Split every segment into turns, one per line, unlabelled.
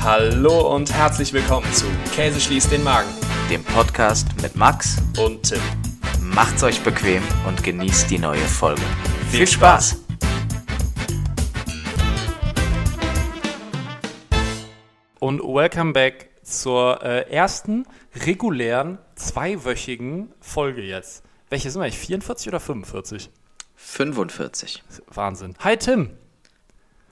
Hallo und herzlich willkommen zu Käse schließt den Magen
dem Podcast mit Max.
und Tim.
Macht's euch bequem und genießt die neue Folge. Viel Spaß!
Und welcome back zur äh, ersten regulären zweiwöchigen Folge jetzt. Welche sind wir eigentlich? 44 oder 45?
45.
Wahnsinn. Hi Tim.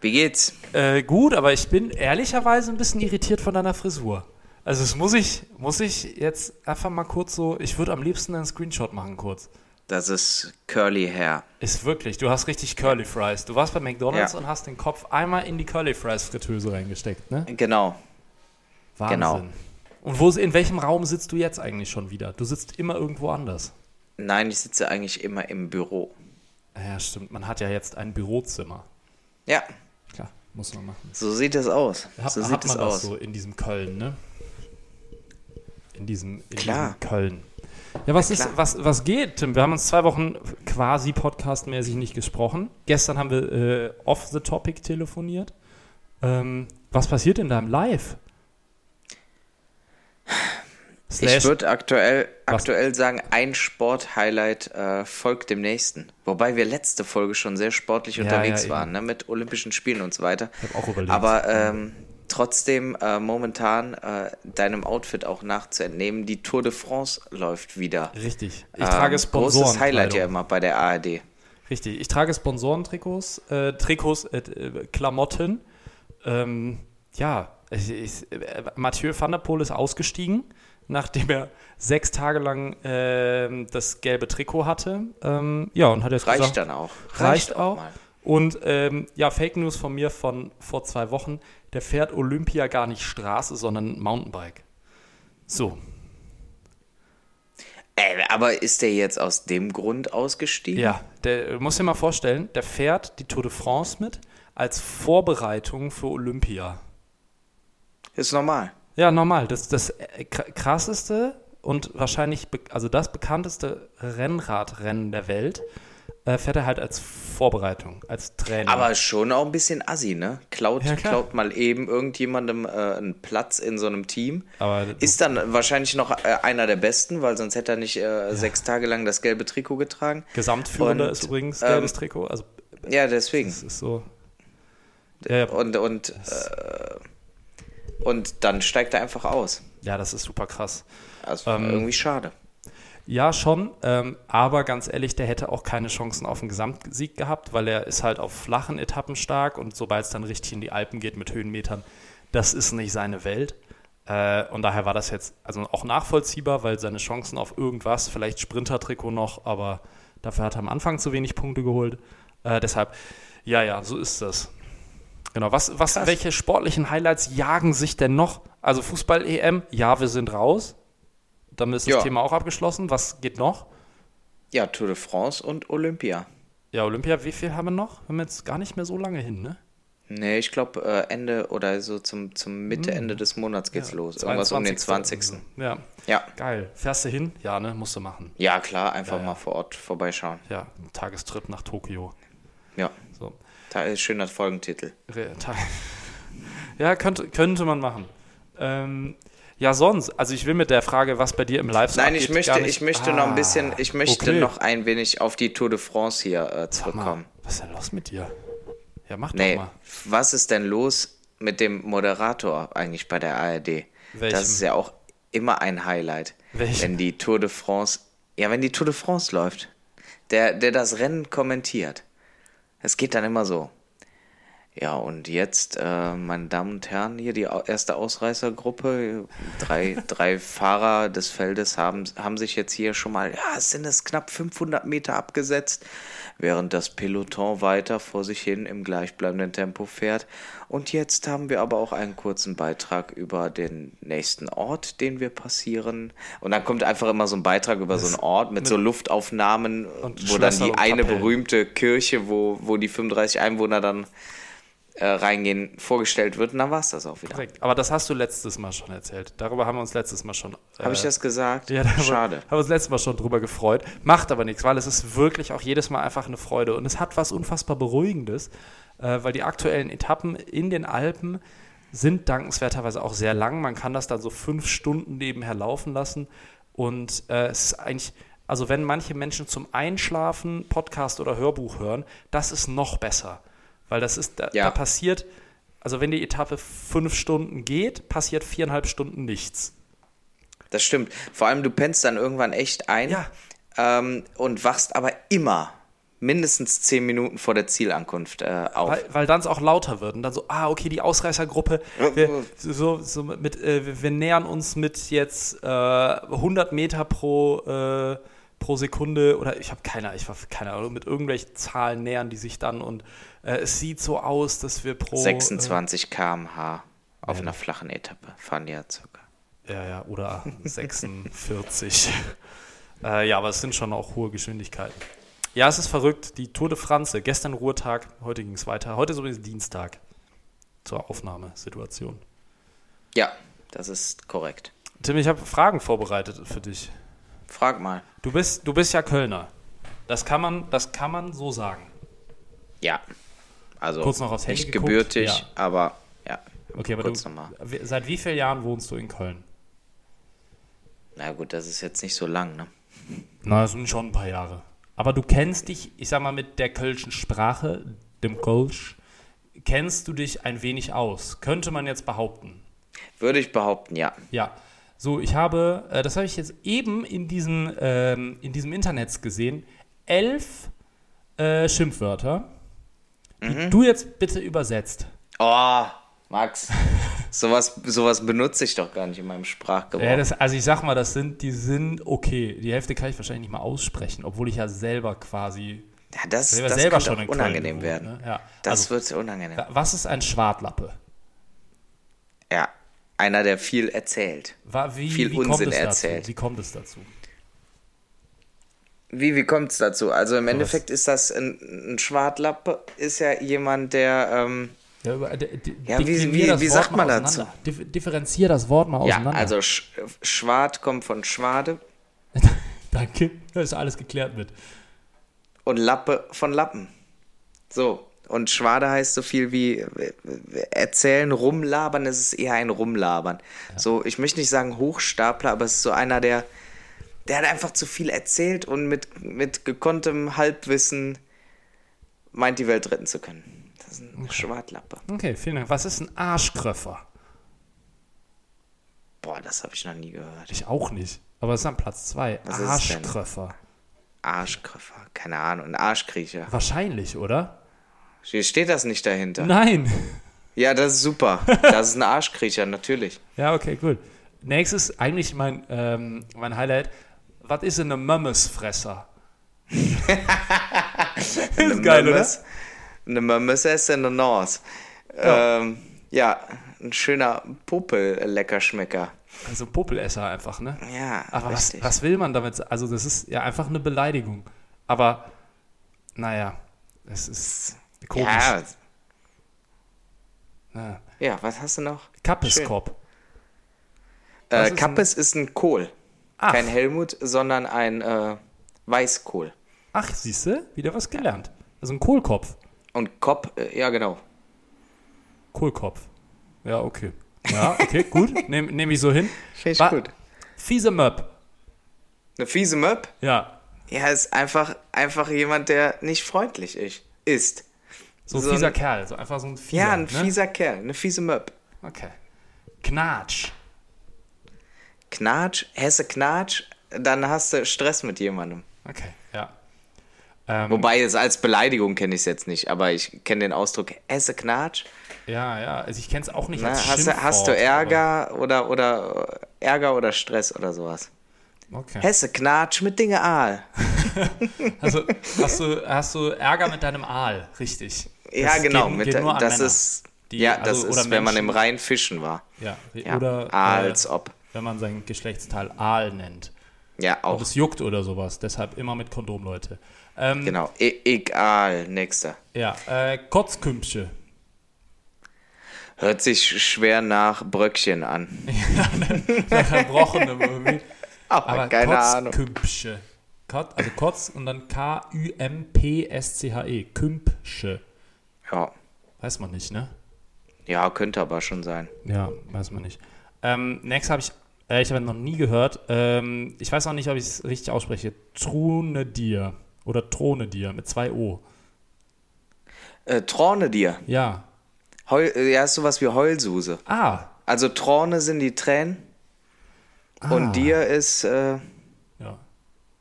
Wie geht's?
Äh, gut, aber ich bin ehrlicherweise ein bisschen irritiert von deiner Frisur. Also es muss ich, muss ich jetzt einfach mal kurz so, ich würde am liebsten einen Screenshot machen kurz.
Das ist Curly Hair.
Ist wirklich, du hast richtig Curly Fries. Du warst bei McDonalds
Ja.
und hast den Kopf einmal in die Curly Fries Fritteuse reingesteckt, ne?
Genau.
Wahnsinn.
Genau.
Und wo, in welchem Raum sitzt du jetzt eigentlich schon wieder? Du sitzt immer irgendwo anders.
Nein, ich sitze eigentlich immer im Büro.
Ja, stimmt. Man hat ja jetzt ein Bürozimmer.
Ja,
Klar, muss man machen.
so sieht es aus.
Hab,
so
hat
sieht es
man
aus.
das so in diesem Köln, ne? In diesem, in
Klar.
diesem Köln. Ja, was ist,
klar.
was, was geht, Tim? Wir haben uns zwei Wochen quasi podcastmäßig nicht gesprochen. Gestern haben wir äh, off the topic telefoniert. Ähm, was passiert in deinem Live?
Ich
Slash,
würde aktuell,
Was?
aktuell sagen, ein Sport-Highlight äh, folgt dem nächsten. Wobei wir letzte Folge schon sehr sportlich unterwegs
ja,
waren, ne? mit Olympischen Spielen und so weiter.
hab auch überlegt.
Aber ähm, trotzdem äh, momentan äh, deinem Outfit auch nachzuentnehmen, die Tour de France läuft wieder.
richtig. Ich trage Sponsoren.
Ähm, Großes Highlight ja immer bei der ARD.
Richtig, ich trage Sponsorentrikots, äh, Trikots, äh, äh, Klamotten. Ähm, ja, ich, ich, äh, Mathieu van der Poel ist ausgestiegen, nachdem er sechs Tage lang ähm, das gelbe Trikot hatte. Ähm, ja, und hat jetzt
Reicht
gesagt,
dann auch.
Reicht, auch.
mal.
Und ähm, ja, Fake News von mir von vor zwei Wochen. Der fährt Olympia gar nicht Straße, sondern Mountainbike. So,
Ey, Äh, aber ist der jetzt aus dem Grund ausgestiegen?
Ja, der du musst dir mal vorstellen, der fährt die Tour de France mit als Vorbereitung für Olympia.
Ist normal.
Ja, normal. Das, das äh, kr- krasseste und wahrscheinlich, be- also das bekannteste Rennradrennen der Welt, äh, fährt er halt als Vorbereitung, als Training.
Aber schon auch ein bisschen assi, ne? Klaut,
Genau. Ja, klar.
klaut mal eben irgendjemandem äh, einen Platz in so einem Team.
Aber du-
ist dann wahrscheinlich noch äh, einer der Besten, weil sonst hätte er nicht äh, sechs Tage lang das gelbe Trikot getragen.
Gesamtführender
Und,
ist übrigens
ähm,
gelbes Trikot. Also,
Ja, deswegen.
es ist so. Ja, ja,
Und, und, äh, und dann steigt er einfach aus.
ja, das ist super krass.
Also
Ähm,
irgendwie schade.
Ja, schon. Ähm, aber ganz ehrlich, der hätte auch keine Chancen auf einen Gesamtsieg gehabt, weil er ist halt auf flachen Etappen stark und sobald es dann richtig in die Alpen geht mit Höhenmetern, das ist nicht seine Welt. Äh, und daher war das jetzt also auch nachvollziehbar, weil seine Chancen auf irgendwas, vielleicht Sprintertrikot noch, aber dafür hat er am Anfang zu wenig Punkte geholt. Äh, deshalb, ja, ja, so ist das. Genau, was, was, welche sportlichen Highlights jagen sich denn noch? Also Fußball-EM, ja, wir sind raus. Damit ist
Ja.
das Thema auch abgeschlossen. Was geht noch?
Ja, Tour de France und Olympia.
Ja, Olympia, wie viel haben wir noch? Haben wir jetzt gar nicht mehr so lange hin, ne?
Nee, ich glaube äh, Ende oder so zum, zum Mitte,
Hm.
Ende des Monats geht's los. Irgendwas um den 20.
Ja.
Ja.
Geil. Fährst du hin? Ja, ne? Musst du machen.
Ja, klar, einfach
ja.
mal vor Ort vorbeischauen.
Ja, ein Tagestrip nach Tokio.
Ja,
So.
da ist schöner Folgentitel.
Re- Ta- Ja, könnte, könnte man machen. Ähm, ja, sonst, also ich will mit der Frage, was bei dir im Livestream
Nein, ich möchte, ich möchte noch ein
Ah,
bisschen, ich möchte noch ein wenig auf die Tour de France hier äh, zurückkommen.
Was ist denn los mit dir? Ja, mach
Nee,
doch mal.
was ist denn los mit dem Moderator eigentlich bei der ARD?
Welchem?
Das ist ja auch immer ein Highlight.
Welchen?
Wenn die Tour de France, ja, wenn die Tour de France läuft, der, der das Rennen kommentiert. Es geht dann immer so. Ja, und jetzt, äh, meine Damen und Herren, hier die au- erste Ausreißergruppe. Drei, drei Fahrer des Feldes haben, haben sich jetzt hier schon mal, ja, es sind es knapp 500 Meter abgesetzt, während das Peloton weiter vor sich hin im gleichbleibenden Tempo fährt. Und jetzt haben wir aber auch einen kurzen Beitrag über den nächsten Ort, den wir passieren. Und dann kommt einfach immer so ein Beitrag über so einen Ort mit, so Luftaufnahmen,
Und
wo dann
Schlösser
die
und
eine
Kapellen.
berühmte Kirche, wo, wo die 35 Einwohner dann äh, reingehen, vorgestellt wird. Und dann war es das auch wieder.
Korrekt. Aber das hast du letztes Mal schon erzählt. Darüber haben wir uns letztes Mal schon.
Habe
äh,
ich das gesagt?
Ja, da haben wir-
Schade.
Haben wir uns letztes Mal schon drüber gefreut. Macht aber nichts, weil es ist wirklich auch jedes Mal einfach eine Freude. Und es hat was unfassbar Beruhigendes, äh, weil die aktuellen Etappen in den Alpen sind dankenswerterweise auch sehr lang. Man kann das dann so fünf Stunden nebenher laufen lassen. Und äh, es ist eigentlich, also wenn manche Menschen zum Einschlafen Podcast oder Hörbuch hören, das ist noch besser. Weil das ist, da,
Ja.
da passiert, also wenn die Etappe fünf Stunden geht, passiert viereinhalb Stunden nichts.
Das stimmt. Vor allem, du pennst dann irgendwann echt ein
Ja.
ähm, und wachst aber immer mindestens zehn Minuten vor der Zielankunft äh, auf.
Weil, weil dann es auch lauter wird und dann so, ah, okay, die Ausreißergruppe, wir, so, so mit, äh, wir, wir nähern uns mit jetzt äh, 100 Meter pro, äh, pro Sekunde oder ich habe keine, ich habe keine Ahnung, mit irgendwelchen Zahlen nähern die sich dann und äh, es sieht so aus, dass wir pro.
26 km/h auf einer flachen Etappe fahren die ja circa.
Äh, ja, ja, oder 46. äh, ja, aber es sind schon auch hohe Geschwindigkeiten. Ja, es ist verrückt. Die Tour de France, gestern Ruhetag, heute ging es weiter. Heute ist übrigens Dienstag zur Aufnahmesituation.
Ja, das ist korrekt.
Tim, ich habe Fragen vorbereitet für dich.
Frag mal.
Du bist, du bist ja Kölner. Das kann man, das kann man so sagen.
Ja. Also
Kurz noch aufs Handy
nicht
geguckt,
gebürtig,
ja.
aber ja.
Okay, aber
Kurz
du,
nochmal.
w- seit wie vielen Jahren wohnst du in Köln?
Na gut, das ist jetzt nicht so lang, ne?
Na, das sind schon ein paar Jahre. Aber du kennst dich, ich sag mal, mit der kölschen Sprache, dem Kölsch, kennst du dich ein wenig aus. Könnte man jetzt behaupten.
Würde ich behaupten, ja.
Ja. So, ich habe, äh, das habe ich jetzt eben in diesem, ähm, in diesem Internet gesehen, elf äh, Schimpfwörter, die du jetzt bitte übersetzt.
Oh, Max. sowas, sowas benutze ich doch gar nicht in meinem
Ja,
Sprachgebrauch.
das, also ich sag mal, das sind, die sind okay. Die Hälfte kann ich wahrscheinlich nicht mal aussprechen, obwohl ich ja selber quasi
Ja, das
selber,
das
selber
kann
schon
doch
in Köln
unangenehm
wohne,
werden.
Ne? Ja.
Das
also,
wird unangenehm.
wa- was ist ein Schwartlappe?
Ja, einer, der viel erzählt.
Wa- Wie,
Viel
wie kommt
Unsinn
es
erzählt.
Dazu? Wie kommt es dazu?
Wie, wie kommt es dazu? Also im Endeffekt ist das ein, ein Schwartlappe, ist ja jemand, der. Ähm,
Ja, über- d- d-
Ja, wie-
deklinier
wie-
das
wie
Wort
sagt
mal
man
auseinander. Dif differenzier das Wort mal
ja,
auseinander.
also Sch Schwart kommt von Schwade
Danke, dass alles geklärt wird.
und Lappe von Lappen. So. Und Schwade heißt so viel wie äh, erzählen, rumlabern, es ist eher ein Rumlabern. So, ich möchte nicht sagen Hochstapler, aber es ist so einer, der, der hat einfach zu viel erzählt und mit, mit gekonntem Halbwissen meint, die Welt retten zu können. Das ist ein Schwartlappe.
Okay, vielen Dank. Was ist ein Arschkröffer?
Boah, das habe ich noch nie gehört.
Ich auch nicht. Aber es ist an Platz zwei.
Was ist es denn?
Arschkröffer.
Arschgriffer, keine Ahnung, ein Arschkriecher.
Wahrscheinlich, oder?
Hier steht das nicht dahinter.
Nein.
Ja, das ist super. Das ist ein Arschkriecher, natürlich.
Ja, okay, gut. Nächstes, eigentlich mein, ähm, mein Highlight. Was ist denn eine Mömmesfresser? ist geil, oder?
Mömmes- Eine Mömmesse ist in der North. Ja. Ähm, ja, ein schöner Popel-Leckerschmecker.
Also Popelesser einfach, ne?
Ja,
Aber was,
richtig.
was will man damit? sa- Also das ist ja einfach eine Beleidigung. Aber, naja, es ist komisch.
ja,
Ja.
ja, was hast du noch?
Kappeskopf.
Äh,
ist ein-
Kappes ist ein Kohl.
Ach.
Kein Helmut, sondern ein äh, Weißkohl.
Ach, siehst du, wieder was gelernt. Also ein Kohlkopf.
Und Kopp, äh, ja genau.
Kohlkopf. Ja, okay. Ja, okay, gut. Nehme nehm ich so hin.
Finde ich
Wa-
gut.
Fiese Möb.
Eine fiese Möb?
Ja.
Ja, ist einfach, einfach jemand, der nicht freundlich ich- ist.
So,
So
ein fieser
ein-
Kerl. So einfach so ein fieser.
Ja, ein
ne?
fieser Kerl, eine fiese Möb.
Okay. Knatsch.
Knatsch, Hesse Knatsch, dann hast du Stress mit jemandem.
Okay, ja. Ähm,
Wobei, jetzt als Beleidigung kenne ich es jetzt nicht, aber ich kenne den Ausdruck Hesse Knatsch.
ja, ja. Also ich kenne es auch nicht
Ne?
als
Hast, du,
Schimpfwort,
hast du Ärger oder, oder äh, Ärger oder Stress oder sowas?
Aber, okay.
Hesse Knatsch mit Dinge Aal.
Also hast du, hast du Ärger mit deinem Aal, richtig.
Ja,
Das
genau.
geht-
mit
geht
der,
nur an
das
Männer.
ist,
Die-
ja, das
also-
ist,
oder
wenn man im
Menschen-
Rhein fischen war.
Ja,
Ja,
oder.
als
äh,
ob.
Wenn man sein Geschlechtsteil Aal nennt.
Ja,
ob
auch.
es juckt oder sowas. Deshalb immer mit Kondom, Leute. Ähm,
Genau. E egal, nächster.
Ja, äh, Kotzkümpsche.
Hört sich sch- schwer nach Bröckchen an.
Verbrochenem irgendwie.
Aber,
Aber
keine Ahnung.
Kotzkümpsche. Kot, also Kotz und dann K-U-M-P-S-C-H-E. Kümpsche.
Ja.
Weiß man nicht, ne?
Ja, könnte aber schon sein.
Ja, weiß man nicht. Ähm, next habe ich, äh, ich habe noch nie gehört. Ähm, ich weiß auch nicht, ob ich es richtig ausspreche. Trunedier oder Tronedier mit zwei O.
Äh, Trorne dir.
Ja.
Heul, äh, ja, ist sowas wie Heulsuse.
Ah.
Also Trorne sind die Tränen
Ah.
und dir ist, äh,
Ja.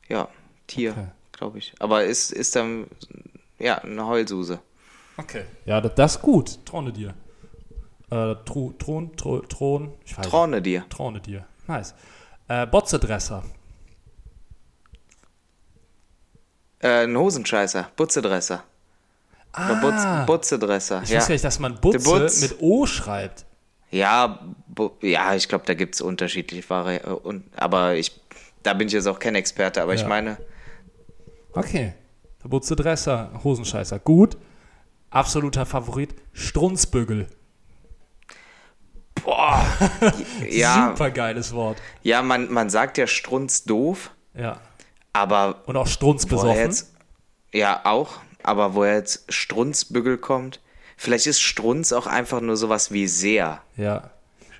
ja, Tier,
Okay.
glaube ich. Aber ist, ist dann, ja, eine Heulsuse.
Also Okay. Ja, das, das ist gut. Tronedier. Äh, Tru, Thron, Tro, Thron. Ich weiß nicht.
Trorne dir.
Tronedier. Nice. Äh, Botzedresser.
Äh, ein Hosenscheißer, Butzedresser.
Ah.
Oder Butz, Butzedresser,
ich
ja.
weiß gar nicht, dass man Butze
Butz.
mit O schreibt.
Ja, bu ja, ich glaube, da gibt es unterschiedliche Varianten. und- Aber ich, da bin ich jetzt auch kein Experte, aber
Ja.
ich meine,
Okay. Der Butzedresser, Hosenscheißer. Gut. Absoluter Favorit. Strunzbügel.
ja,
Super geiles Wort.
ja man, man sagt ja Strunz doof,
Ja.
aber
Und auch strunzbesoffen.
woher jetzt, ja auch, aber woher jetzt Strunzbügel kommt, vielleicht ist Strunz auch einfach nur sowas wie sehr.
Ja.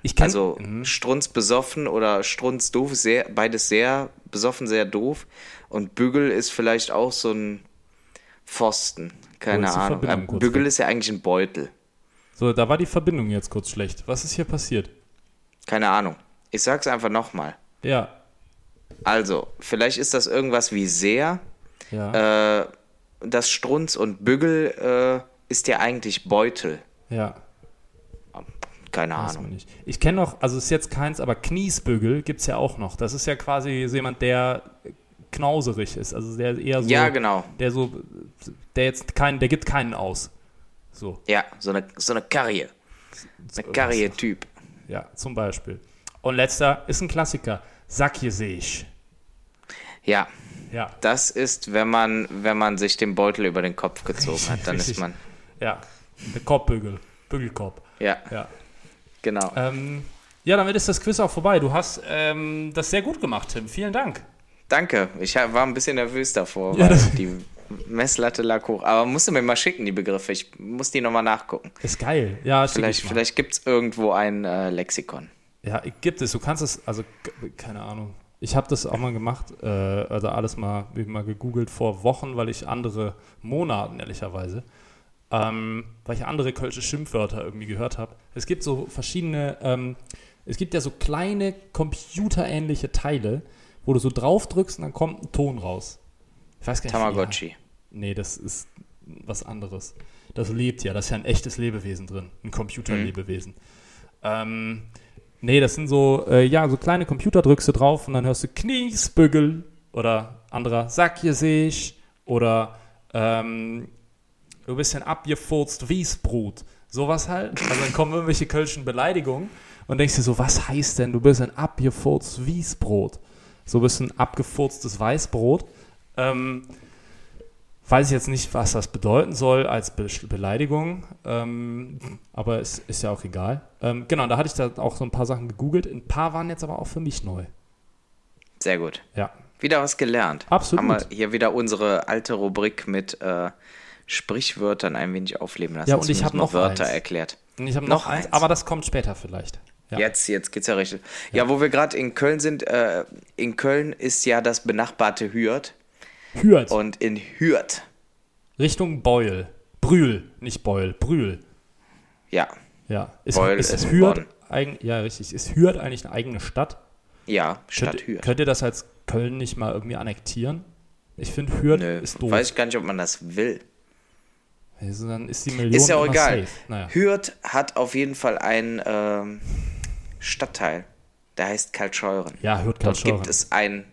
Ich kenn, Mhm.
Also Strunz besoffen oder Strunz doof, sehr, beides sehr besoffen, sehr doof. Und Bügel ist vielleicht auch so ein Pfosten. Keine
Wo ist die
Ahnung.
Verbindung
Äh,
kurz
Bügel
weg?
ist ja eigentlich ein Beutel.
so, da war die Verbindung jetzt kurz schlecht. Was ist hier passiert?
Keine Ahnung. Ich sag's einfach nochmal.
Ja.
Also, vielleicht ist das irgendwas wie sehr.
Ja.
Äh, das Strunz und Bügel äh, ist ja eigentlich Beutel.
ja.
Keine
Weiß
Ahnung.
man nicht. Ich kenne noch, also ist jetzt keins, aber Kniesbügel gibt es ja auch noch. Das ist ja quasi so jemand, der knauserig ist. Also der eher so.
Ja, genau.
Der so, der jetzt keinen, der gibt keinen aus. So.
Ja, so eine, so eine Karriere. Eine Karriere-Typ.
Ja, zum Beispiel. Und letzter ist ein Klassiker. Sack hier seh ich.
Ja.
Ja.
Das ist, wenn man, wenn man sich den Beutel über den Kopf gezogen hat, dann
Richtig.
ist man.
Ja. Der Kopfbügel. Bügelkorb.
Ja,
Ja.
genau.
Ähm, ja, damit ist das Quiz auch vorbei. Du hast ähm, das sehr gut gemacht, Tim. Vielen Dank.
Danke. Ich ha- war ein bisschen nervös davor,
Ja,
weil
das-
die Messlatte lag hoch. Aber musst du mir mal schicken, die Begriffe. Ich muss die nochmal nachgucken.
Ist geil. Ja, schick
Vielleicht,
ich mal.
vielleicht gibt es irgendwo ein äh, Lexikon.
Ja, gibt es. Du kannst es, also g- keine Ahnung. Ich habe das auch mal gemacht, äh, also alles mal, wie mal gegoogelt vor Wochen, weil ich andere Monaten ehrlicherweise, ähm, weil ich andere kölsche Schimpfwörter irgendwie gehört habe. Es gibt so verschiedene, ähm, es gibt ja so kleine computerähnliche Teile, wo du so drauf drückst und dann kommt ein Ton raus. Ich weiß gar nicht. wie die
Tamagotchi.
Nee, das ist was anderes. Das lebt ja, das ist ja ein echtes Lebewesen drin, ein Computerlebewesen. Ähm, nee, das sind so, äh, ja, so kleine Computer drückst du drauf und dann hörst du Kniesbügel oder anderer Sack hier seh ich oder ähm, du bist ein abgefurzt Wiesbrut. Sowas halt. Also dann kommen irgendwelche kölschen Beleidigungen und denkst dir so, was heißt denn, du bist ein abgefurzt Wiesbrot? So bist du ein abgefurztes Weißbrot. Ähm, Weiß ich jetzt nicht, was das bedeuten soll als Be Beleidigung, ähm, aber es ist ja auch egal. Ähm, genau, da hatte ich da auch so ein paar Sachen gegoogelt. Ein paar waren jetzt aber auch für mich neu.
Sehr gut.
Ja,
Wieder was gelernt.
Absolut.
Haben wir hier wieder unsere alte Rubrik mit äh, Sprichwörtern ein wenig aufleben lassen.
Ja, und ich
Zumindest
hab
mal
noch
Wörter
eins.
erklärt.
und ich habe noch,
Noch
eins,
eins?
aber das kommt später vielleicht. Ja,
Jetzt, jetzt geht's ja richtig. Ja, wo wir gerade in Köln sind, äh, in Köln ist ja das benachbarte Hürth.
Hürth,
Und in Hürth,
Richtung Beul. Brühl, nicht Beul, Brühl.
ja,
Ja, ist,
Beul
ist,
ist
Hürth
Bonn.
eigen, ja, richtig. Ist Hürth eigentlich eine eigene Stadt?
ja, Stadt
Könnt,
Hürth.
könnt ihr das als Köln nicht mal irgendwie annektieren? Ich finde, Hürth
Nö,
ist doof.
weiß ich gar nicht, ob man das will.
Also, dann ist die Million
Ist ja auch
immer
egal.
safe. Naja.
Hürth hat auf jeden Fall einen ähm, Stadtteil, der heißt Kaltscheuren.
Ja, Hürth kann
Dort
schon.
gibt es einen,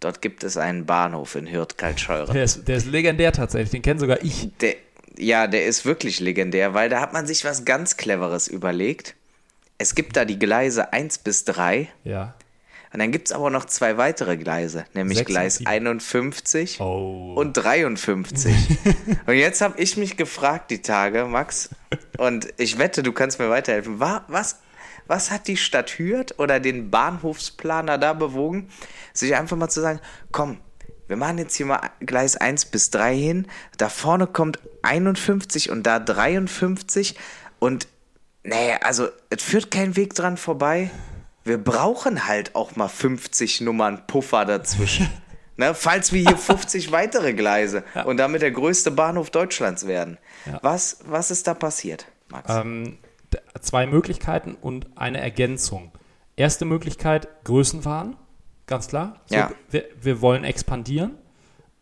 dort gibt es einen Bahnhof in Hürth Kaltscheuren.
Der ist, der ist legendär tatsächlich, den kenne sogar ich.
Der, ja, der ist wirklich legendär, weil da hat man sich was ganz Cleveres überlegt. Es gibt da die Gleise 1 bis 3
Ja.
und dann gibt es aber noch zwei weitere Gleise, nämlich
Sechs und
Gleis
sieben.
51
Oh.
und 53. und jetzt habe ich mich gefragt, die Tage, Max, und ich wette, du kannst mir weiterhelfen. Wa- was, was hat die Stadt Hürth oder den Bahnhofsplaner da bewogen, sich einfach mal zu sagen, komm, wir machen jetzt hier mal Gleis 1 bis 3 hin, da vorne kommt 51 und da 53 und Nee, also es führt kein Weg dran vorbei. Wir brauchen halt auch mal 50 Nummern Puffer dazwischen. ne? Falls wir hier 50 weitere Gleise
Ja.
und damit der größte Bahnhof Deutschlands werden.
Ja.
Was, was ist da passiert, Max?
Ähm, d- zwei Möglichkeiten und eine Ergänzung. Erste Möglichkeit, Größenwahn, ganz klar. So,
Ja.
wir, wir wollen expandieren.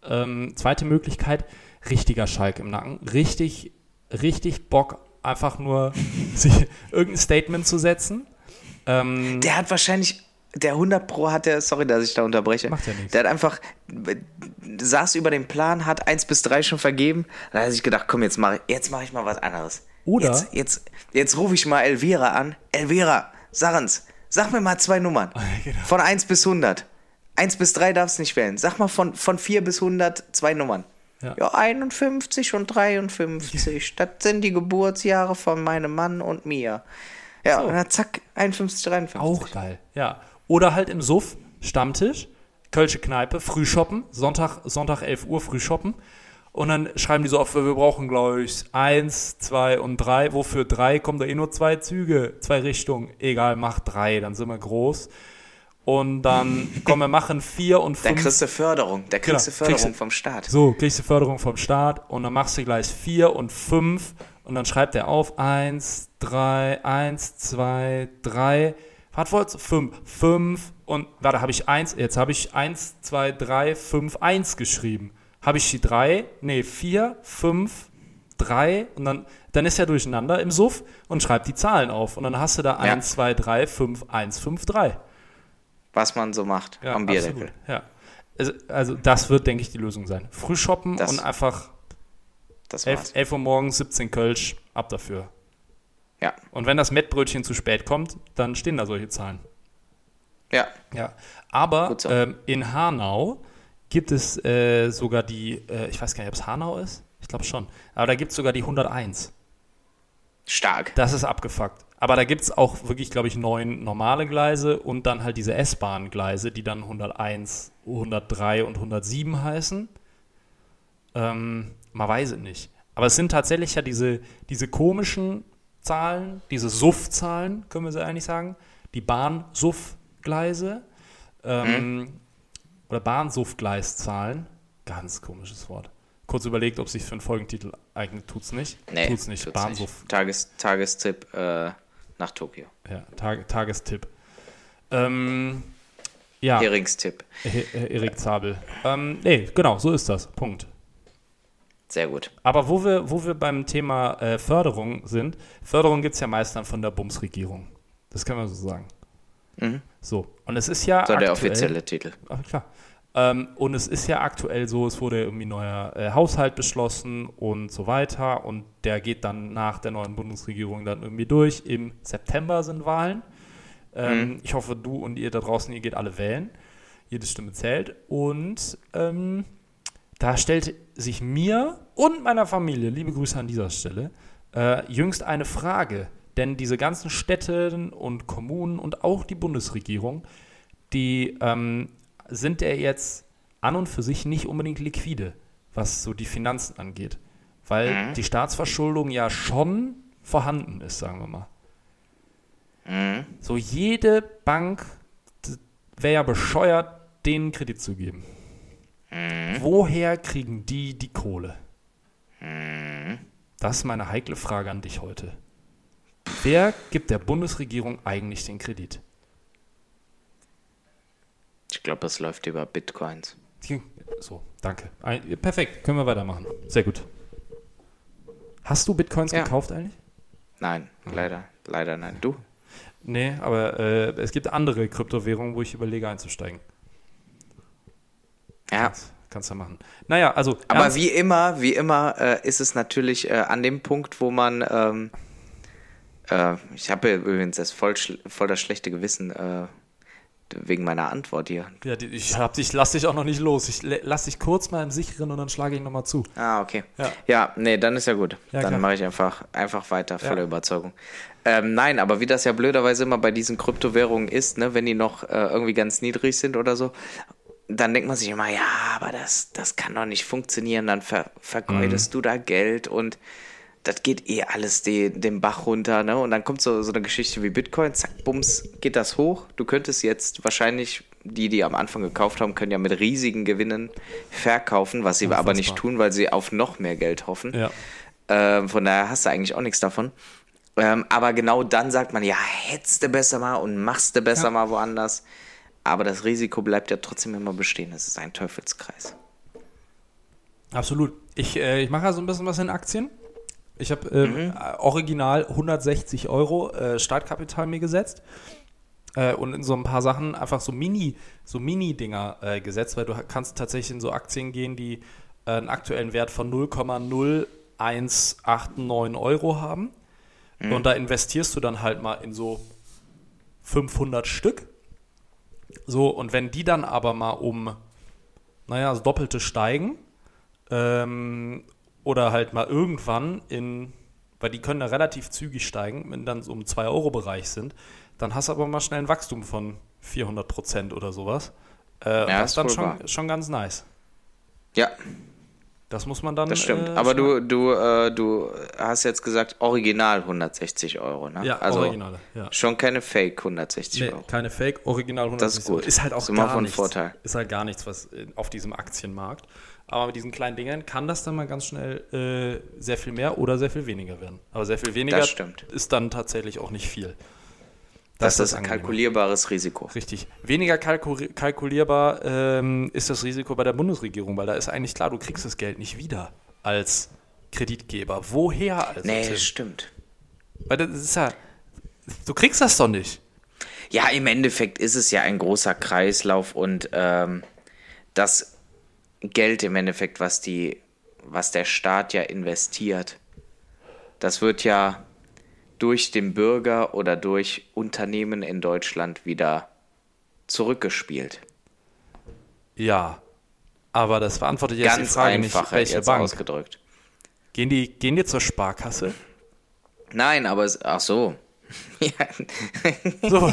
Ähm, zweite Möglichkeit, richtiger Schalk im Nacken. Richtig, richtig Bock, einfach nur sich, irgendein Statement zu setzen. Ähm,
Der hat wahrscheinlich, der 100 Pro hat der, sorry, dass ich da unterbreche.
Macht ja nichts.
Der hat einfach, äh, saß über den Plan, hat 1 bis 3 schon vergeben. Dann hat sich gedacht, komm, jetzt mache jetzt mach ich mal was anderes.
Oder-
Jetzt, jetzt, jetzt rufe ich mal Elvira an. Elvira, sag uns, sag mir mal zwei Nummern.
Genau.
Von 1 bis 100. 1 bis 3 darfst nicht wählen. Sag mal von, von 4 bis 100 zwei Nummern.
Ja.
ja, 51 und 53. Das sind die Geburtsjahre von meinem Mann und mir. Ja, und dann zack, 51, 53.
Auch geil, ja. Oder halt im Suff, Stammtisch, Kölsche Kneipe, Frühshoppen, Sonntag, Sonntag 11 Uhr Frühshoppen. Und dann schreiben die so oft, wir brauchen, glaube ich, eins, zwei und drei. Wofür drei? Kommen da eh nur zwei Züge, zwei Richtungen. Egal, mach drei, dann sind wir groß. Und dann, komm, wir machen vier und
Da
fünf.
kriegst du Förderung. Da kriegst du
Genau. kriegst
Förderung
du-
vom Staat.
So, kriegst du Förderung vom Staat und dann machst du gleich 4 und 5 und dann schreibt er auf 1, 3, 1, 2, 3. Was wolltest du? 5, 5 und warte, habe ich 1, jetzt habe ich 1, 2, 3, 5, 1 geschrieben. Habe ich die 3? Nee, 4, 5, 3 und dann, dann ist er durcheinander im Suff und schreibt die Zahlen auf und dann hast du da 1, 2, 3, 5, 1, 5, 3.
Was man so macht
Ja, absolut.
am Bierdeckel.
Ja. Also, also das wird, denke ich, die Lösung sein. Früh shoppen
Das-
und einfach
Das war's.
11, 11 Uhr morgens, 17 Kölsch, ab dafür.
Ja.
Und wenn das Mettbrötchen zu spät kommt, dann stehen da solche Zahlen.
Ja.
Ja. Aber
Gut so.
ähm, in Hanau gibt es äh, sogar die, äh, ich weiß gar nicht, ob es Hanau ist. Ich glaube schon. Aber da gibt es sogar die 101.
Stark.
Das ist abgefuckt. Aber da gibt es auch wirklich, glaube ich, neun normale Gleise und dann halt diese S-Bahn-Gleise, die dann 101, 103 und 107 heißen. Ähm, man weiß es nicht. Aber es sind tatsächlich ja diese, diese komischen Zahlen, diese Suff-Zahlen, können wir sie eigentlich sagen. Die Bahn-Suff-Gleise ähm, oder Bahn-Suff-Gleiszahlen. Ganz komisches Wort. Kurz überlegt, ob es sich für einen Folgentitel eignet. Tut's nicht.
Nee,
tut's nicht. Bahnsuff
Tages, Tagestipp äh, nach Tokio.
ja, Tag, Tagestipp. Ähm, ja, Erik,
Heringstipp.
Erik Zabel. Ähm, nee, genau, so ist das. Punkt.
Sehr gut.
Aber wo wir, wo wir beim Thema äh, Förderung sind, Förderung gibt es ja meist dann von der Bums-Regierung. Das kann man so sagen. So, und es ist Mhm. ja.
So der
aktuell-
offizielle Titel.
Ach, klar. Ähm, und es ist ja aktuell so, es wurde irgendwie neuer äh, Haushalt beschlossen und so weiter. Und der geht dann nach der neuen Bundesregierung dann irgendwie durch. Im September sind Wahlen. Ähm, Ich hoffe, du und ihr da draußen, ihr geht alle wählen. Jede Stimme zählt. Und ähm, da stellt sich mir und meiner Familie, liebe Grüße an dieser Stelle, äh, jüngst eine Frage. Denn diese ganzen Städte und Kommunen und auch die Bundesregierung, die ähm, sind ja jetzt an und für sich nicht unbedingt liquide, was so die Finanzen angeht. Weil die Staatsverschuldung ja schon vorhanden ist, sagen wir mal. So jede Bank wäre ja bescheuert, denen Kredit zu geben. Woher kriegen die die Kohle? Das ist meine heikle Frage an dich heute. Wer gibt der Bundesregierung eigentlich den Kredit?
Ich glaube, das läuft über Bitcoins.
Die- So, danke. Ein, perfekt, können wir weitermachen. Sehr gut. Hast du Bitcoins
Ja.
gekauft eigentlich?
Nein,
Mhm.
leider. Leider nein. Du?
Nee, aber äh, es gibt andere Kryptowährungen, wo ich überlege einzusteigen.
Ja.
Das kannst du machen. Naja, also.
Aber
ernst-
wie immer, wie immer äh, ist es natürlich äh, an dem Punkt, wo man. Ähm, äh, ich habe übrigens das voll, schl- voll das schlechte Gewissen äh, wegen meiner Antwort hier.
Ja, die- ich hab dich, lass dich auch noch nicht los. Ich lä- lass dich kurz mal im Sicheren und dann schlage ich nochmal zu.
Ah, okay.
Ja.
Ja, nee, dann ist ja gut.
Ja, klar.
dann mache ich einfach, einfach weiter, voller
Ja.
Überzeugung. Ähm, nein, aber wie das ja blöderweise immer bei diesen Kryptowährungen ist, ne, wenn die noch äh, irgendwie ganz niedrig sind oder so, dann denkt man sich immer,
Mhm.
ja, aber das, das kann doch nicht funktionieren, dann ver vergeudest du da Geld und das geht eh alles de, den Bach runter, ne? Und dann kommt so, so eine Geschichte wie Bitcoin, zack, bums, geht das hoch. Du könntest jetzt wahrscheinlich, die, die am Anfang gekauft haben, können ja mit riesigen Gewinnen verkaufen, was sie aber
Unfassbar.
nicht tun, weil sie auf noch mehr Geld hoffen.
Ja.
Ähm, von daher hast du eigentlich auch nichts davon. Ähm, aber genau dann sagt man, ja, hättest du besser mal und machst du besser mal woanders. Aber das Risiko bleibt ja trotzdem immer bestehen. Es ist ein Teufelskreis.
Absolut. Ich, äh, ich mache ja so ein bisschen was in Aktien. Ich habe ähm, äh, original 160 Euro äh, Startkapital mir gesetzt äh, und in so ein paar Sachen einfach so Mini, so Mini-Dinger äh, gesetzt, weil du ha- kannst tatsächlich in so Aktien gehen, die äh, einen aktuellen Wert von 0,0189 Euro haben.
Mhm.
Und da investierst du dann halt mal in so 500 Stück. So, und wenn die dann aber mal um, naja, das Doppelte steigen, ähm, oder halt mal irgendwann in, weil die können da relativ zügig steigen, wenn dann so im 2-Euro-Bereich sind, dann hast du aber mal schnell ein Wachstum von 400 Prozent oder sowas. Äh, und das
ist
ist dann
wohl wahr.
schon, schon ganz nice.
Ja,
Das muss man dann.
das stimmt.
äh,
aber
schon-
du, du, äh, du hast jetzt gesagt, original 160 Euro, ne?
Ja,
also
Originale. Ja.
schon keine Fake 160
Nee,
Euro.
keine Fake, original 100
Das ist gut.
Ist halt auch
Ist immer
gar
von
nichts.
Vorteil.
Ist halt gar nichts, was in- auf diesem Aktienmarkt. Aber mit diesen kleinen Dingern kann das dann mal ganz schnell äh, sehr viel mehr oder sehr viel weniger werden. Aber sehr viel weniger
Das stimmt.
ist dann tatsächlich auch nicht viel.
Das, ist ein
angenehmer.
kalkulierbares Risiko.
Richtig. Weniger kalku- kalkulierbar ähm, ist das Risiko bei der Bundesregierung, weil da ist eigentlich klar, du kriegst das Geld nicht wieder als Kreditgeber. Woher also?
Nee,
Tim?
stimmt.
Weil das ist ja, du kriegst das doch nicht.
Ja, im Endeffekt ist es ja ein großer Kreislauf und ähm, das Geld im Endeffekt, was die, was der Staat ja investiert, das wird ja durch den Bürger oder durch Unternehmen in Deutschland wieder zurückgespielt.
Ja, aber das beantwortet jetzt die
Ganz
Frage
einfach
nicht, welche
jetzt
Bank.
ausgedrückt.
Gehen die, gehen die zur Sparkasse?
Nein, aber es, ach so. ja,
So.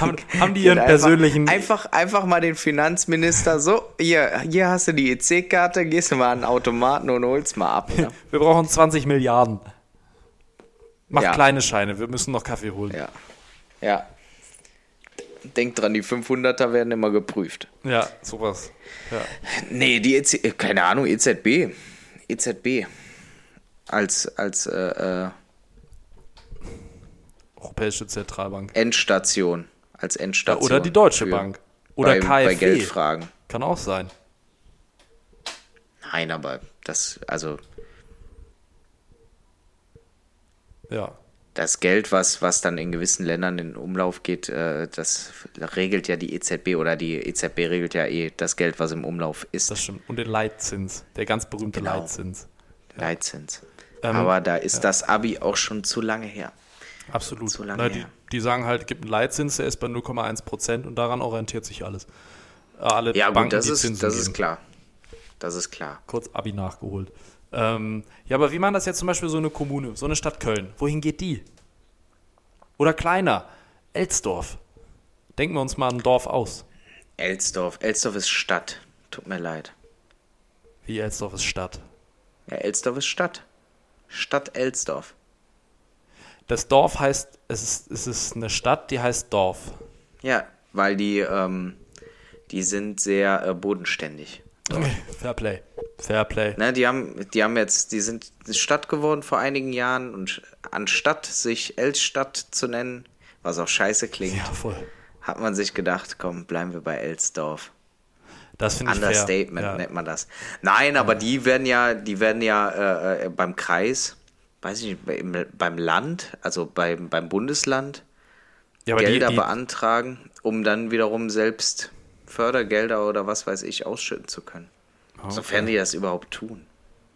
haben, haben die ihren
Einfach-
persönlichen...
Einfach, einfach mal den Finanzminister so, hier, hier hast du die EC-Karte, gehst du mal an den Automaten und holst mal ab. Ne?
wir brauchen 20 Milliarden. Mach
Ja.
kleine Scheine, wir müssen noch Kaffee holen.
Ja. Ja. Denk dran, die 500er werden immer geprüft.
ja sowas. Ja.
Nee, die EZ, äh, keine Ahnung, EZB. EZB. E Als, als äh, äh,
Europäische Zentralbank.
Endstation. Als Endstation.
Oder die Deutsche
für-
Bank. Oder E.
bei,
KfW.
Bei Geldfragen.
Kann auch sein.
Nein, aber das, also
Ja.
das Geld, was, was dann in gewissen Ländern in Umlauf geht, äh, das regelt ja die EZB oder die EZB regelt ja eh das Geld, was im Umlauf ist.
Das stimmt. Und den Leitzins. Der ganz berühmte
Genau.
Leitzins.
Leitzins.
Ähm,
aber da ist das Abi auch schon zu lange her.
Absolut.
So lange
Na, die,
her.
die sagen halt, gibt einen Leitzins, der ist bei 0,1 Prozent und daran orientiert sich alles. Äh, Alle
Ja,
Banken,
gut, das
die
ist,
Zinsen
das
geben.
ist klar. Das ist klar.
Kurz Abi nachgeholt. Ähm, ja, aber wie man das jetzt zum Beispiel so eine Kommune, so eine Stadt Köln, wohin geht die? Oder kleiner, Elsdorf. Denken wir uns mal ein Dorf aus.
Elsdorf. Elsdorf ist Stadt. Tut mir leid.
Wie Elsdorf ist Stadt.
Ja, Elsdorf ist Stadt. Stadt Elsdorf.
Das Dorf heißt, es ist, es ist eine Stadt, die heißt Dorf.
Ja, weil die, ähm, die sind sehr äh, bodenständig.
Fair Play. Fair Play.
Ne, die haben, die haben jetzt, die sind Stadt geworden vor einigen Jahren und anstatt sich Elsstadt zu nennen, was auch scheiße klingt,
Ja, voll.
hat man sich gedacht, komm, bleiben wir bei Elsdorf.
Das finde ich fair.
Understatement ne.
ja.
nennt man das. Nein, aber die werden ja, die werden ja äh, äh, beim Kreis, weiß ich nicht, beim, beim Land, also beim, beim Bundesland
ja, aber die,
Gelder
die,
beantragen, um dann wiederum selbst Fördergelder oder was weiß ich ausschütten zu können.
Ah,
Sofern die das überhaupt tun.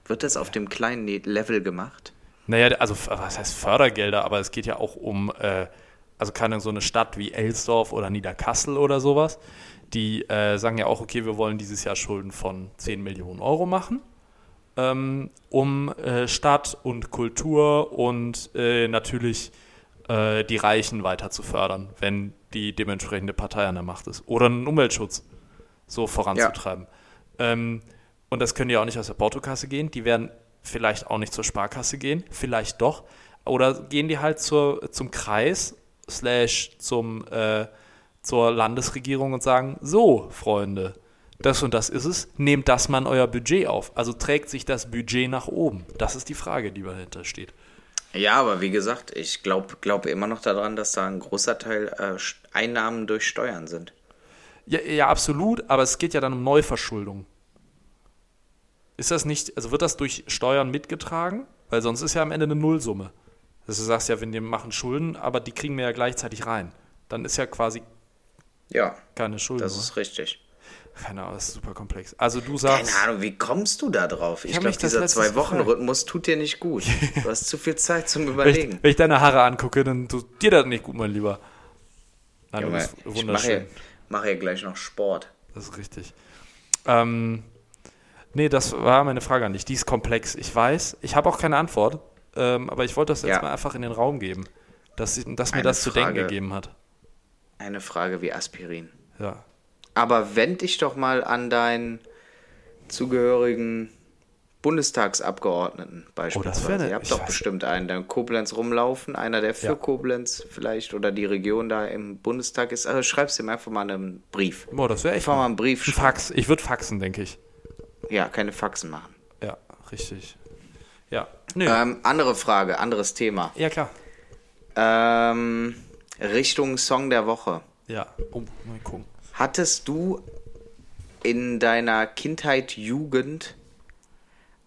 Wird das auf dem kleinen Ne- Level gemacht?
Naja, also f- was heißt Fördergelder, aber es geht ja auch um, äh, also keine so eine Stadt wie Elsdorf oder Niederkassel oder sowas, die äh, sagen ja auch, okay, wir wollen dieses Jahr Schulden von 10 Millionen Euro machen, ähm, um äh, Stadt und Kultur und äh, natürlich äh, die Reichen weiter zu fördern, wenn die dementsprechende Partei an der Macht ist. Oder einen Umweltschutz so voranzutreiben. Ähm, und das können die auch nicht aus der Portokasse gehen. Die werden vielleicht auch nicht zur Sparkasse gehen, vielleicht doch. Oder gehen die halt zur, zum Kreis, slash zum, äh, zur Landesregierung und sagen, so, Freunde, das und das ist es, nehmt das mal in euer Budget auf. Also trägt sich das Budget nach oben? Das ist die Frage, die dahinter steht.
Ja, aber wie gesagt, ich glaube glaub immer noch daran, dass da ein großer Teil äh, Einnahmen durch Steuern sind.
Ja, ja, absolut, aber es geht ja dann um Neuverschuldung. Ist das nicht, also wird das durch Steuern mitgetragen? Weil sonst ist ja am Ende eine Nullsumme. Dass du sagst ja, wir machen Schulden, aber die kriegen wir ja gleichzeitig rein. Dann ist ja quasi
Ja,
keine Schulden.
das ist richtig.
Keine Ahnung, das ist super komplex. Also du sagst,
Keine Ahnung, wie kommst du da drauf? Ich,
hab
glaube,
mich das
dieser
letztens
Zwei-Wochen-Rhythmus tut dir nicht gut. Du hast zu viel Zeit zum
wenn ich,
Überlegen.
wenn ich deine Haare angucke, dann tut dir das nicht gut, mein Lieber. Nein,
Junge,
du bist
ich mache hier,
wunderschön.
mach hier gleich noch Sport.
Das ist richtig. Ähm, nee, das war meine Frage an dich. Die ist komplex. Ich weiß, ich habe auch keine Antwort, ähm, aber ich wollte das jetzt
Ja.
mal einfach in den Raum geben, dass, ich, dass mir
Eine
das zu denken
Frage.
gegeben hat.
Eine Frage wie Aspirin.
Ja.
Aber wend dich doch mal an deinen zugehörigen Bundestagsabgeordneten beispielsweise.
wär ne-
Ihr habt
ich
doch
weiß-
bestimmt einen, der in Koblenz rumlaufen, einer, der für
Ja.
Koblenz vielleicht oder die Region da im Bundestag ist. Also schreib's ihm einfach mal einen Brief.
Boah, das wäre echt
Einfach mal einen Brief
ein
schreiben.
Fax. Ich würde faxen, denke ich.
Ja, keine Faxen machen.
Ja, richtig. Ja. Nö.
Ähm, andere Frage, anderes Thema.
ja, klar.
Ähm, Richtung Song der Woche.
Ja. Oh, mal gucken.
Hattest du in deiner Kindheit, Jugend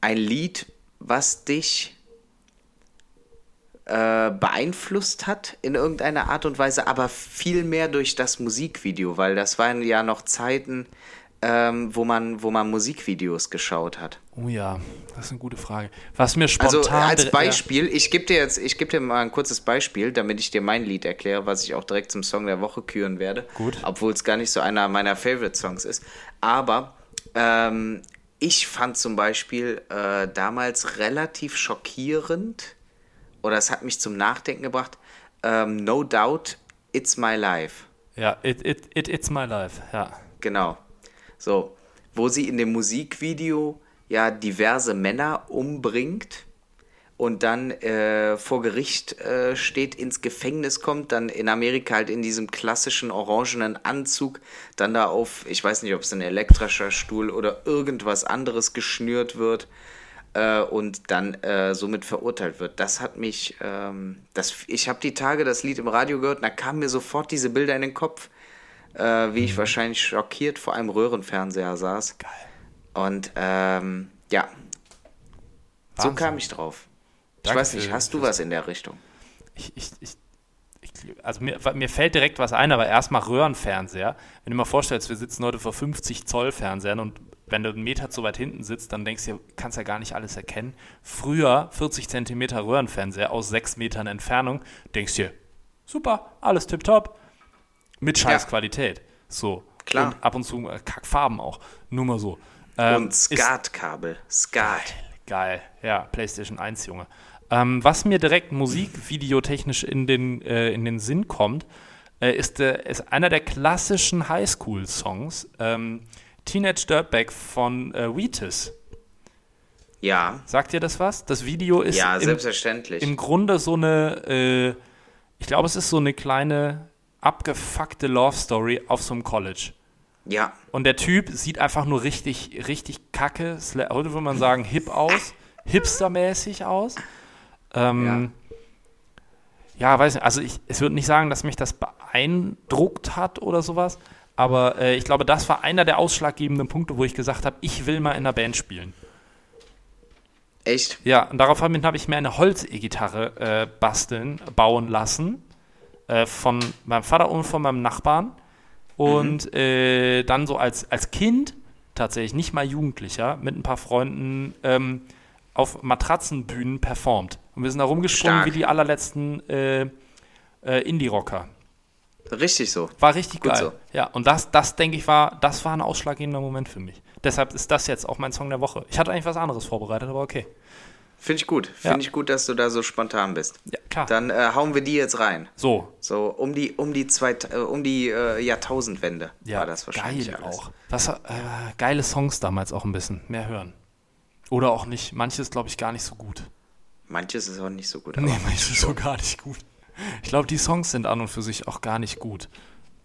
ein Lied, was dich äh, beeinflusst hat in irgendeiner Art und Weise, aber viel mehr durch das Musikvideo, weil das waren ja noch Zeiten, ähm, wo, man, wo man Musikvideos geschaut hat.
Oh ja, das ist eine gute Frage. Was mir spontan.
Also als
dir-
Beispiel, ich gebe dir jetzt, ich gebe dir mal ein kurzes Beispiel, damit ich dir mein Lied erkläre, was ich auch direkt zum Song der Woche küren werde.
Gut.
Obwohl es gar nicht so einer meiner Favorite Songs ist. Aber ähm, ich fand zum Beispiel äh, damals relativ schockierend, oder es hat mich zum Nachdenken gebracht, ähm, No Doubt, It's My Life.
Ja, ja it, it, it, it's my life. Ja.
Genau. So, wo sie in dem Musikvideo ja diverse Männer umbringt und dann äh, vor Gericht äh, steht, ins Gefängnis kommt, dann in Amerika halt in diesem klassischen orangenen Anzug, dann da auf, ich weiß nicht, ob es ein elektrischer Stuhl oder irgendwas anderes geschnürt wird äh, und dann äh, somit verurteilt wird. Das hat mich, ähm, das, ich habe die Tage das Lied im Radio gehört und da kamen mir sofort diese Bilder in den Kopf äh, wie ich wahrscheinlich schockiert vor einem Röhrenfernseher saß.
Mhm. Geil.
Und ähm, ja, so
Wahnsinn.
kam ich drauf. Ich
Danke
weiß
für-
nicht, hast du was in der Richtung?
ich, ich, ich, ich also mir, mir fällt direkt was ein, aber erstmal Röhrenfernseher. Wenn du dir mal vorstellst, wir sitzen heute vor 50 Zoll Fernsehern und wenn du einen Meter zu weit hinten sitzt, dann denkst du, kannst ja gar nicht alles erkennen. Früher 40 Zentimeter Röhrenfernseher aus 6 Metern Entfernung, denkst dir, super, alles tipptopp. Mit scheiß
Ja.
Qualität. So.
Klar.
Und ab und zu äh, Kackfarben auch. Nur mal so. Ähm,
Und
ist-
Skatkabel. Skat.
Geil, ja, PlayStation 1, Junge. Ähm, was mir direkt musikvideotechnisch in den, äh, in den Sinn kommt, äh, ist, äh, ist einer der klassischen Highschool-Songs, ähm, Teenage Dirtbag von äh, Wheatus.
Ja,
Sagt ihr das was? Das Video ist
ja,
im,
selbstverständlich.
im Grunde so eine, äh, ich glaube, es ist so eine kleine abgefuckte Love Story auf so einem College.
ja,
Und der Typ sieht einfach nur richtig, richtig kacke, sla- heute würde man sagen, hip aus, hipstermäßig aus. Ähm, ja. weiß nicht, also ich, es würde nicht sagen, dass mich das beeindruckt hat oder sowas, aber äh, ich glaube, das war einer der ausschlaggebenden Punkte, wo ich gesagt habe, ich will mal in einer Band spielen.
echt.
Ja, und daraufhin habe ich mir eine Holz-E-Gitarre äh, basteln, bauen lassen. Äh, von meinem Vater und von meinem Nachbarn. Und
Mhm.
äh, dann so als, als Kind, tatsächlich nicht mal Jugendlicher, mit ein paar Freunden ähm, auf Matratzenbühnen performt. Und wir sind da rumgesprungen
Stark.
wie die allerletzten äh, äh, Indie-Rocker.
Richtig so.
War richtig
Gut
geil.
so.
Ja, und das, das denke ich, war, das war ein ausschlaggebender Moment für mich. Deshalb ist das jetzt auch mein Song der Woche. Ich hatte eigentlich was anderes vorbereitet, aber okay.
Finde ich gut.
Ja.
Finde ich gut, dass du da so spontan bist.
Ja, klar.
Dann äh, hauen wir die jetzt rein.
so,
So um die um die zwei äh, um die äh, Jahrtausendwende war das wahrscheinlich
geil
alles.
auch. Was, äh, geile Songs damals auch ein bisschen. Mehr hören. Oder auch nicht. Manches, glaube ich, gar nicht so gut.
Manches ist auch nicht so gut.
Nee,
aber-
manches so gar nicht gut. Ich glaube, die Songs sind an und für sich auch gar nicht gut.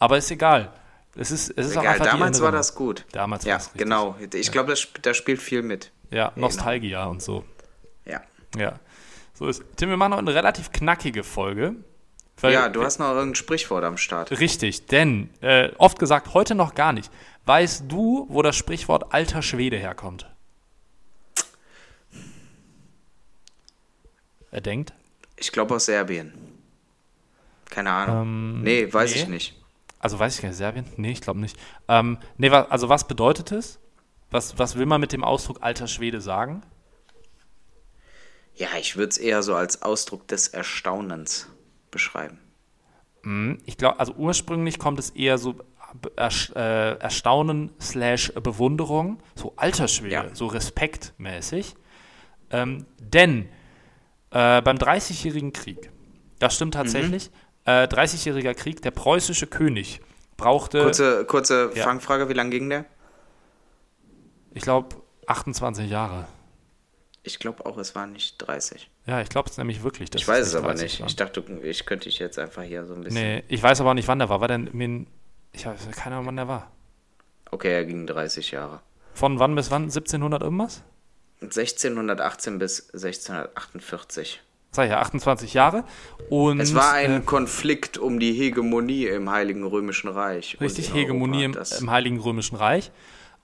Aber ist egal. Es ist, es ist auch
Egal,
einfach die
damals war
Erinnerung.
das gut.
Damals war
ja,
das richtig.
genau. Ich glaube, das, sp- da spielt viel mit.
Ja, Nostalgia und so.
Ja.
Ja. So ist. Tim, wir machen noch eine relativ knackige Folge. Weil
Ja, du hast noch irgendein Sprichwort am Start.
Richtig, denn äh, oft gesagt, heute noch gar nicht. Weißt du, wo das Sprichwort alter Schwede herkommt? Er denkt?
Ich glaube aus Serbien. Keine Ahnung. nee, weiß
Ähm, nee.
ich nicht.
Also weiß ich gar nicht, Serbien? Nee, ich glaube nicht. Ähm, nee, wa also was bedeutet es? Was, was will man mit dem Ausdruck alter Schwede sagen?
Ja, ich würde es eher so als Ausdruck des Erstaunens beschreiben.
Ich glaube, also ursprünglich kommt es eher so be- ersch- äh, Erstaunen slash Bewunderung, so Altersschwede,
Ja.
so respektmäßig. Ähm, denn äh, beim Dreißigjährigen Krieg, das stimmt tatsächlich,
Mhm.
äh, Dreißigjähriger Krieg, der preußische König brauchte,
Kurze, kurze
Äh, Ja.
Fangfrage, wie lang ging der?
ich glaube, 28 Jahre.
Ich glaube auch, es waren nicht 30.
Ja, ich glaube es nämlich wirklich. dass
Ich weiß es
nicht
aber
30
nicht.
waren.
Ich dachte, ich könnte dich jetzt einfach hier so ein bisschen.
nee, ich weiß aber auch nicht, wann der war. War denn, in- ich habe keine Ahnung, wann der war.
Okay, er ging 30 Jahre.
Von wann bis wann? 1700 irgendwas?
1618 bis 1648.
Sag ich ja, 28 Jahre. Und
Es war ein
äh,
Konflikt um die Hegemonie im Heiligen Römischen Reich. und
richtig
in
Hegemonie im,
Europa. Oh, Das-
im Heiligen Römischen Reich.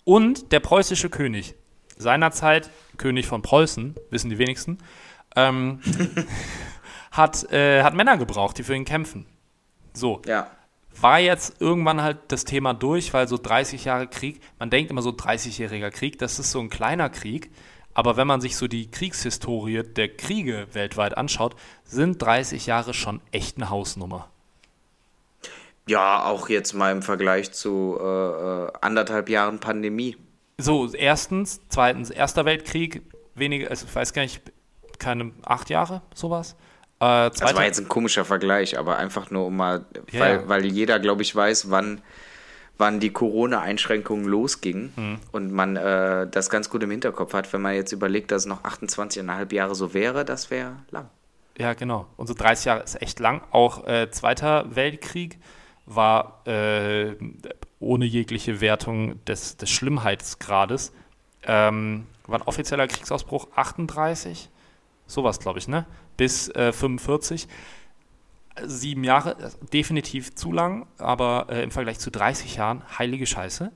Und der preußische König, seinerzeit König von Preußen, wissen die wenigsten, ähm, hat, äh, hat Männer gebraucht, die für ihn kämpfen. So,
Ja,
war jetzt irgendwann halt das Thema durch, weil so 30 Jahre Krieg, man denkt immer so 30-jähriger Krieg, das ist so ein kleiner Krieg, aber wenn man sich so die Kriegshistorie der Kriege weltweit anschaut, sind 30 Jahre schon echt eine Hausnummer.
ja, auch jetzt mal im Vergleich zu äh, äh, anderthalb Jahren Pandemie.
So, erstens, zweitens, Erster Weltkrieg, weniger, also ich weiß gar nicht, keine acht Jahre, sowas. Äh,
Das
zweiter,
war jetzt ein komischer Vergleich, aber einfach nur um mal,
Ja,
weil,
ja.
weil jeder, glaube ich, weiß, wann, wann die Corona-Einschränkungen losgingen
Mhm.
und man äh, das ganz gut im Hinterkopf hat. Wenn man jetzt überlegt, dass es noch 28,5 Jahre so wäre, das wäre lang.
ja, genau. Und so 30 Jahre ist echt lang. Auch äh, Zweiter Weltkrieg war äh, ohne jegliche Wertung des, des Schlimmheitsgrades. Ähm, war ein offizieller Kriegsausbruch 38, sowas glaube ich, ne? Bis äh, 45. Sieben Jahre, das ist definitiv zu lang, aber äh, im Vergleich zu 30 Jahren, heilige Scheiße.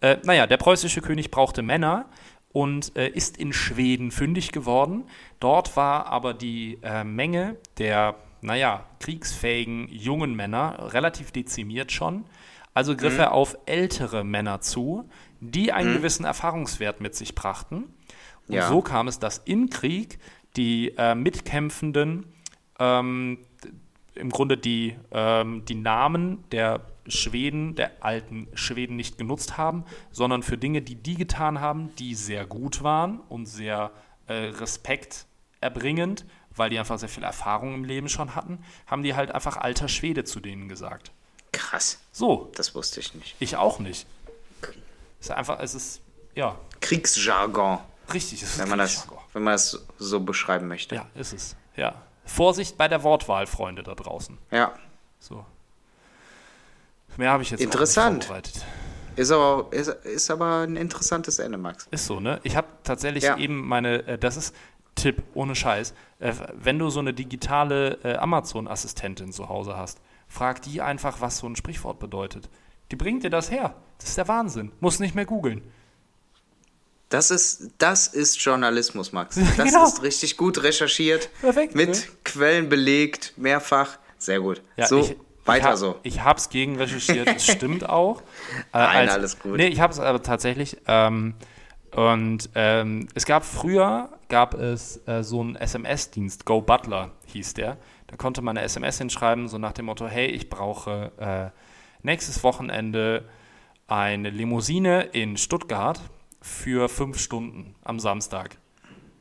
Äh, naja, der preußische König brauchte Männer und äh, ist in Schweden fündig geworden. Dort war aber die äh, Menge der, naja, kriegsfähigen jungen Männer relativ dezimiert schon. Also griff er auf ältere Männer zu, die einen gewissen Erfahrungswert mit sich brachten. Und
Ja.
so kam es, dass im Krieg die äh, Mitkämpfenden ähm, d- im Grunde die, ähm, die Namen der Schweden, der alten Schweden nicht genutzt haben, sondern für Dinge, die die getan haben, die sehr gut waren und sehr äh, respekterbringend, weil die einfach sehr viel Erfahrung im Leben schon hatten, haben die halt einfach alter Schwede zu denen gesagt.
Krass,
So,
das wusste ich nicht.
ich auch nicht. Es ist einfach, es ist, ja,
Kriegsjargon,
richtig. Es ist
wenn man das,
Kriegsjargon.
wenn man das so beschreiben möchte.
Ja, ist es. Ja. Vorsicht bei der Wortwahl, Freunde da draußen.
ja.
So. Mehr habe ich jetzt auch nicht
Interessant.
vorbereitet.
Ist aber, ist, ist aber ein interessantes Ende, Max.
Ist so, ne? Ich habe tatsächlich
Ja.
eben meine, äh, das ist Tipp, ohne Scheiß. Äh, wenn du so eine digitale äh, Amazon-Assistentin zu Hause hast, frag die einfach, was so ein Sprichwort bedeutet. Die bringt dir das her. Das ist der Wahnsinn. Muss nicht mehr googeln.
Das ist, das ist Journalismus, Max. Das
Genau.
ist richtig gut recherchiert.
Perfekt,
Mit
ne?
Quellen belegt, mehrfach. Sehr gut. so,
ich- ich
weiter
hab,
so.
Ich hab's gegenrecherchiert, das stimmt auch. Äh,
Nein, alles gut.
Nee, ich hab's aber tatsächlich. Ähm, und ähm, es gab früher, gab es äh, so einen SMS-Dienst, Go Butler hieß der. Da konnte man eine SMS hinschreiben, so nach dem Motto, hey, ich brauche äh, nächstes Wochenende eine Limousine in Stuttgart für fünf Stunden am Samstag.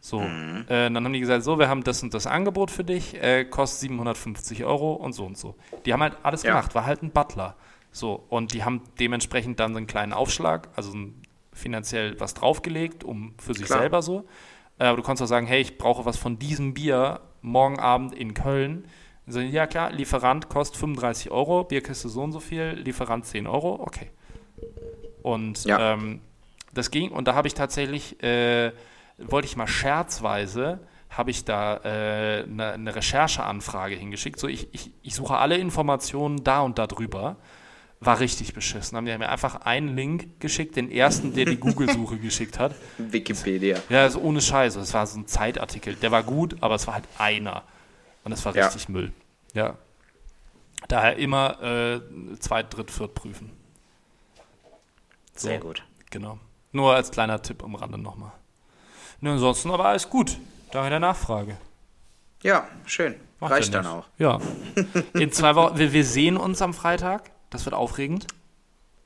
So,
Mhm.
äh, dann haben die gesagt, so, wir haben das und das Angebot für dich, äh, kostet 750 Euro und so und so. Die haben halt alles
Ja.
gemacht, war halt ein Butler. So, und die haben dementsprechend dann so einen kleinen Aufschlag, also einen finanziell was draufgelegt, um für sich
Klar.
selber so. Äh, Aber du kannst auch sagen, hey, ich brauche was von diesem Bier morgen Abend in Köln. Dann sagen die, ja klar, Lieferant kostet 35 Euro, Bierkiste so und so viel, Lieferant 10 Euro, okay. Und
Ja.
ähm, das ging und da habe ich tatsächlich, äh, wollte ich mal scherzweise, habe ich da äh, eine eine Rechercheanfrage hingeschickt. So, ich, ich, ich suche alle Informationen da und da drüber. War richtig beschissen. Haben die mir einfach einen Link geschickt, den ersten, der die Google-Suche geschickt hat.
Wikipedia.
Ja, also ohne Scheiße. Es war so ein Zeitartikel. Der war gut, aber es war halt einer. Und es war
Ja.
richtig Müll. Ja. Daher immer äh, zweit, dritt, viert prüfen. So,
Sehr gut.
Genau. Nur als kleiner Tipp am Rande nochmal. Ne, ansonsten aber alles gut. Daher der Nachfrage.
Ja, schön.
Macht ne?
Reicht
ja
dann auch.
nichts. Ja. In zwei Wochen. Wir, wir sehen uns am Freitag. Das wird aufregend.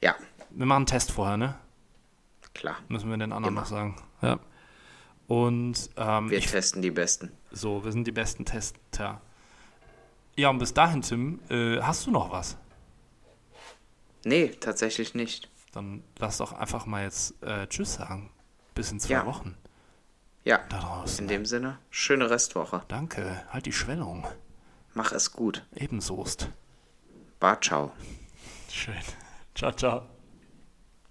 Ja,
Wir machen einen Test vorher, ne?
klar.
Müssen wir den anderen
Immer.
noch sagen. Ja. Und ähm,
Genau. Wir testen die Besten.
So, wir sind die besten Tester. Ja, und bis dahin, Tim, äh, hast du noch was?
Nee, tatsächlich nicht.
Dann lass doch einfach mal jetzt äh, Tschüss sagen. Bis in zwei
Ja.
Wochen.
Ja,
Da draußen.
in dem Sinne, schöne Restwoche.
Danke. Halt die Schwellung.
Mach es gut.
Ebensoest.
Bye, ciao.
Schön. Ciao, ciao.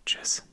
Tschüss.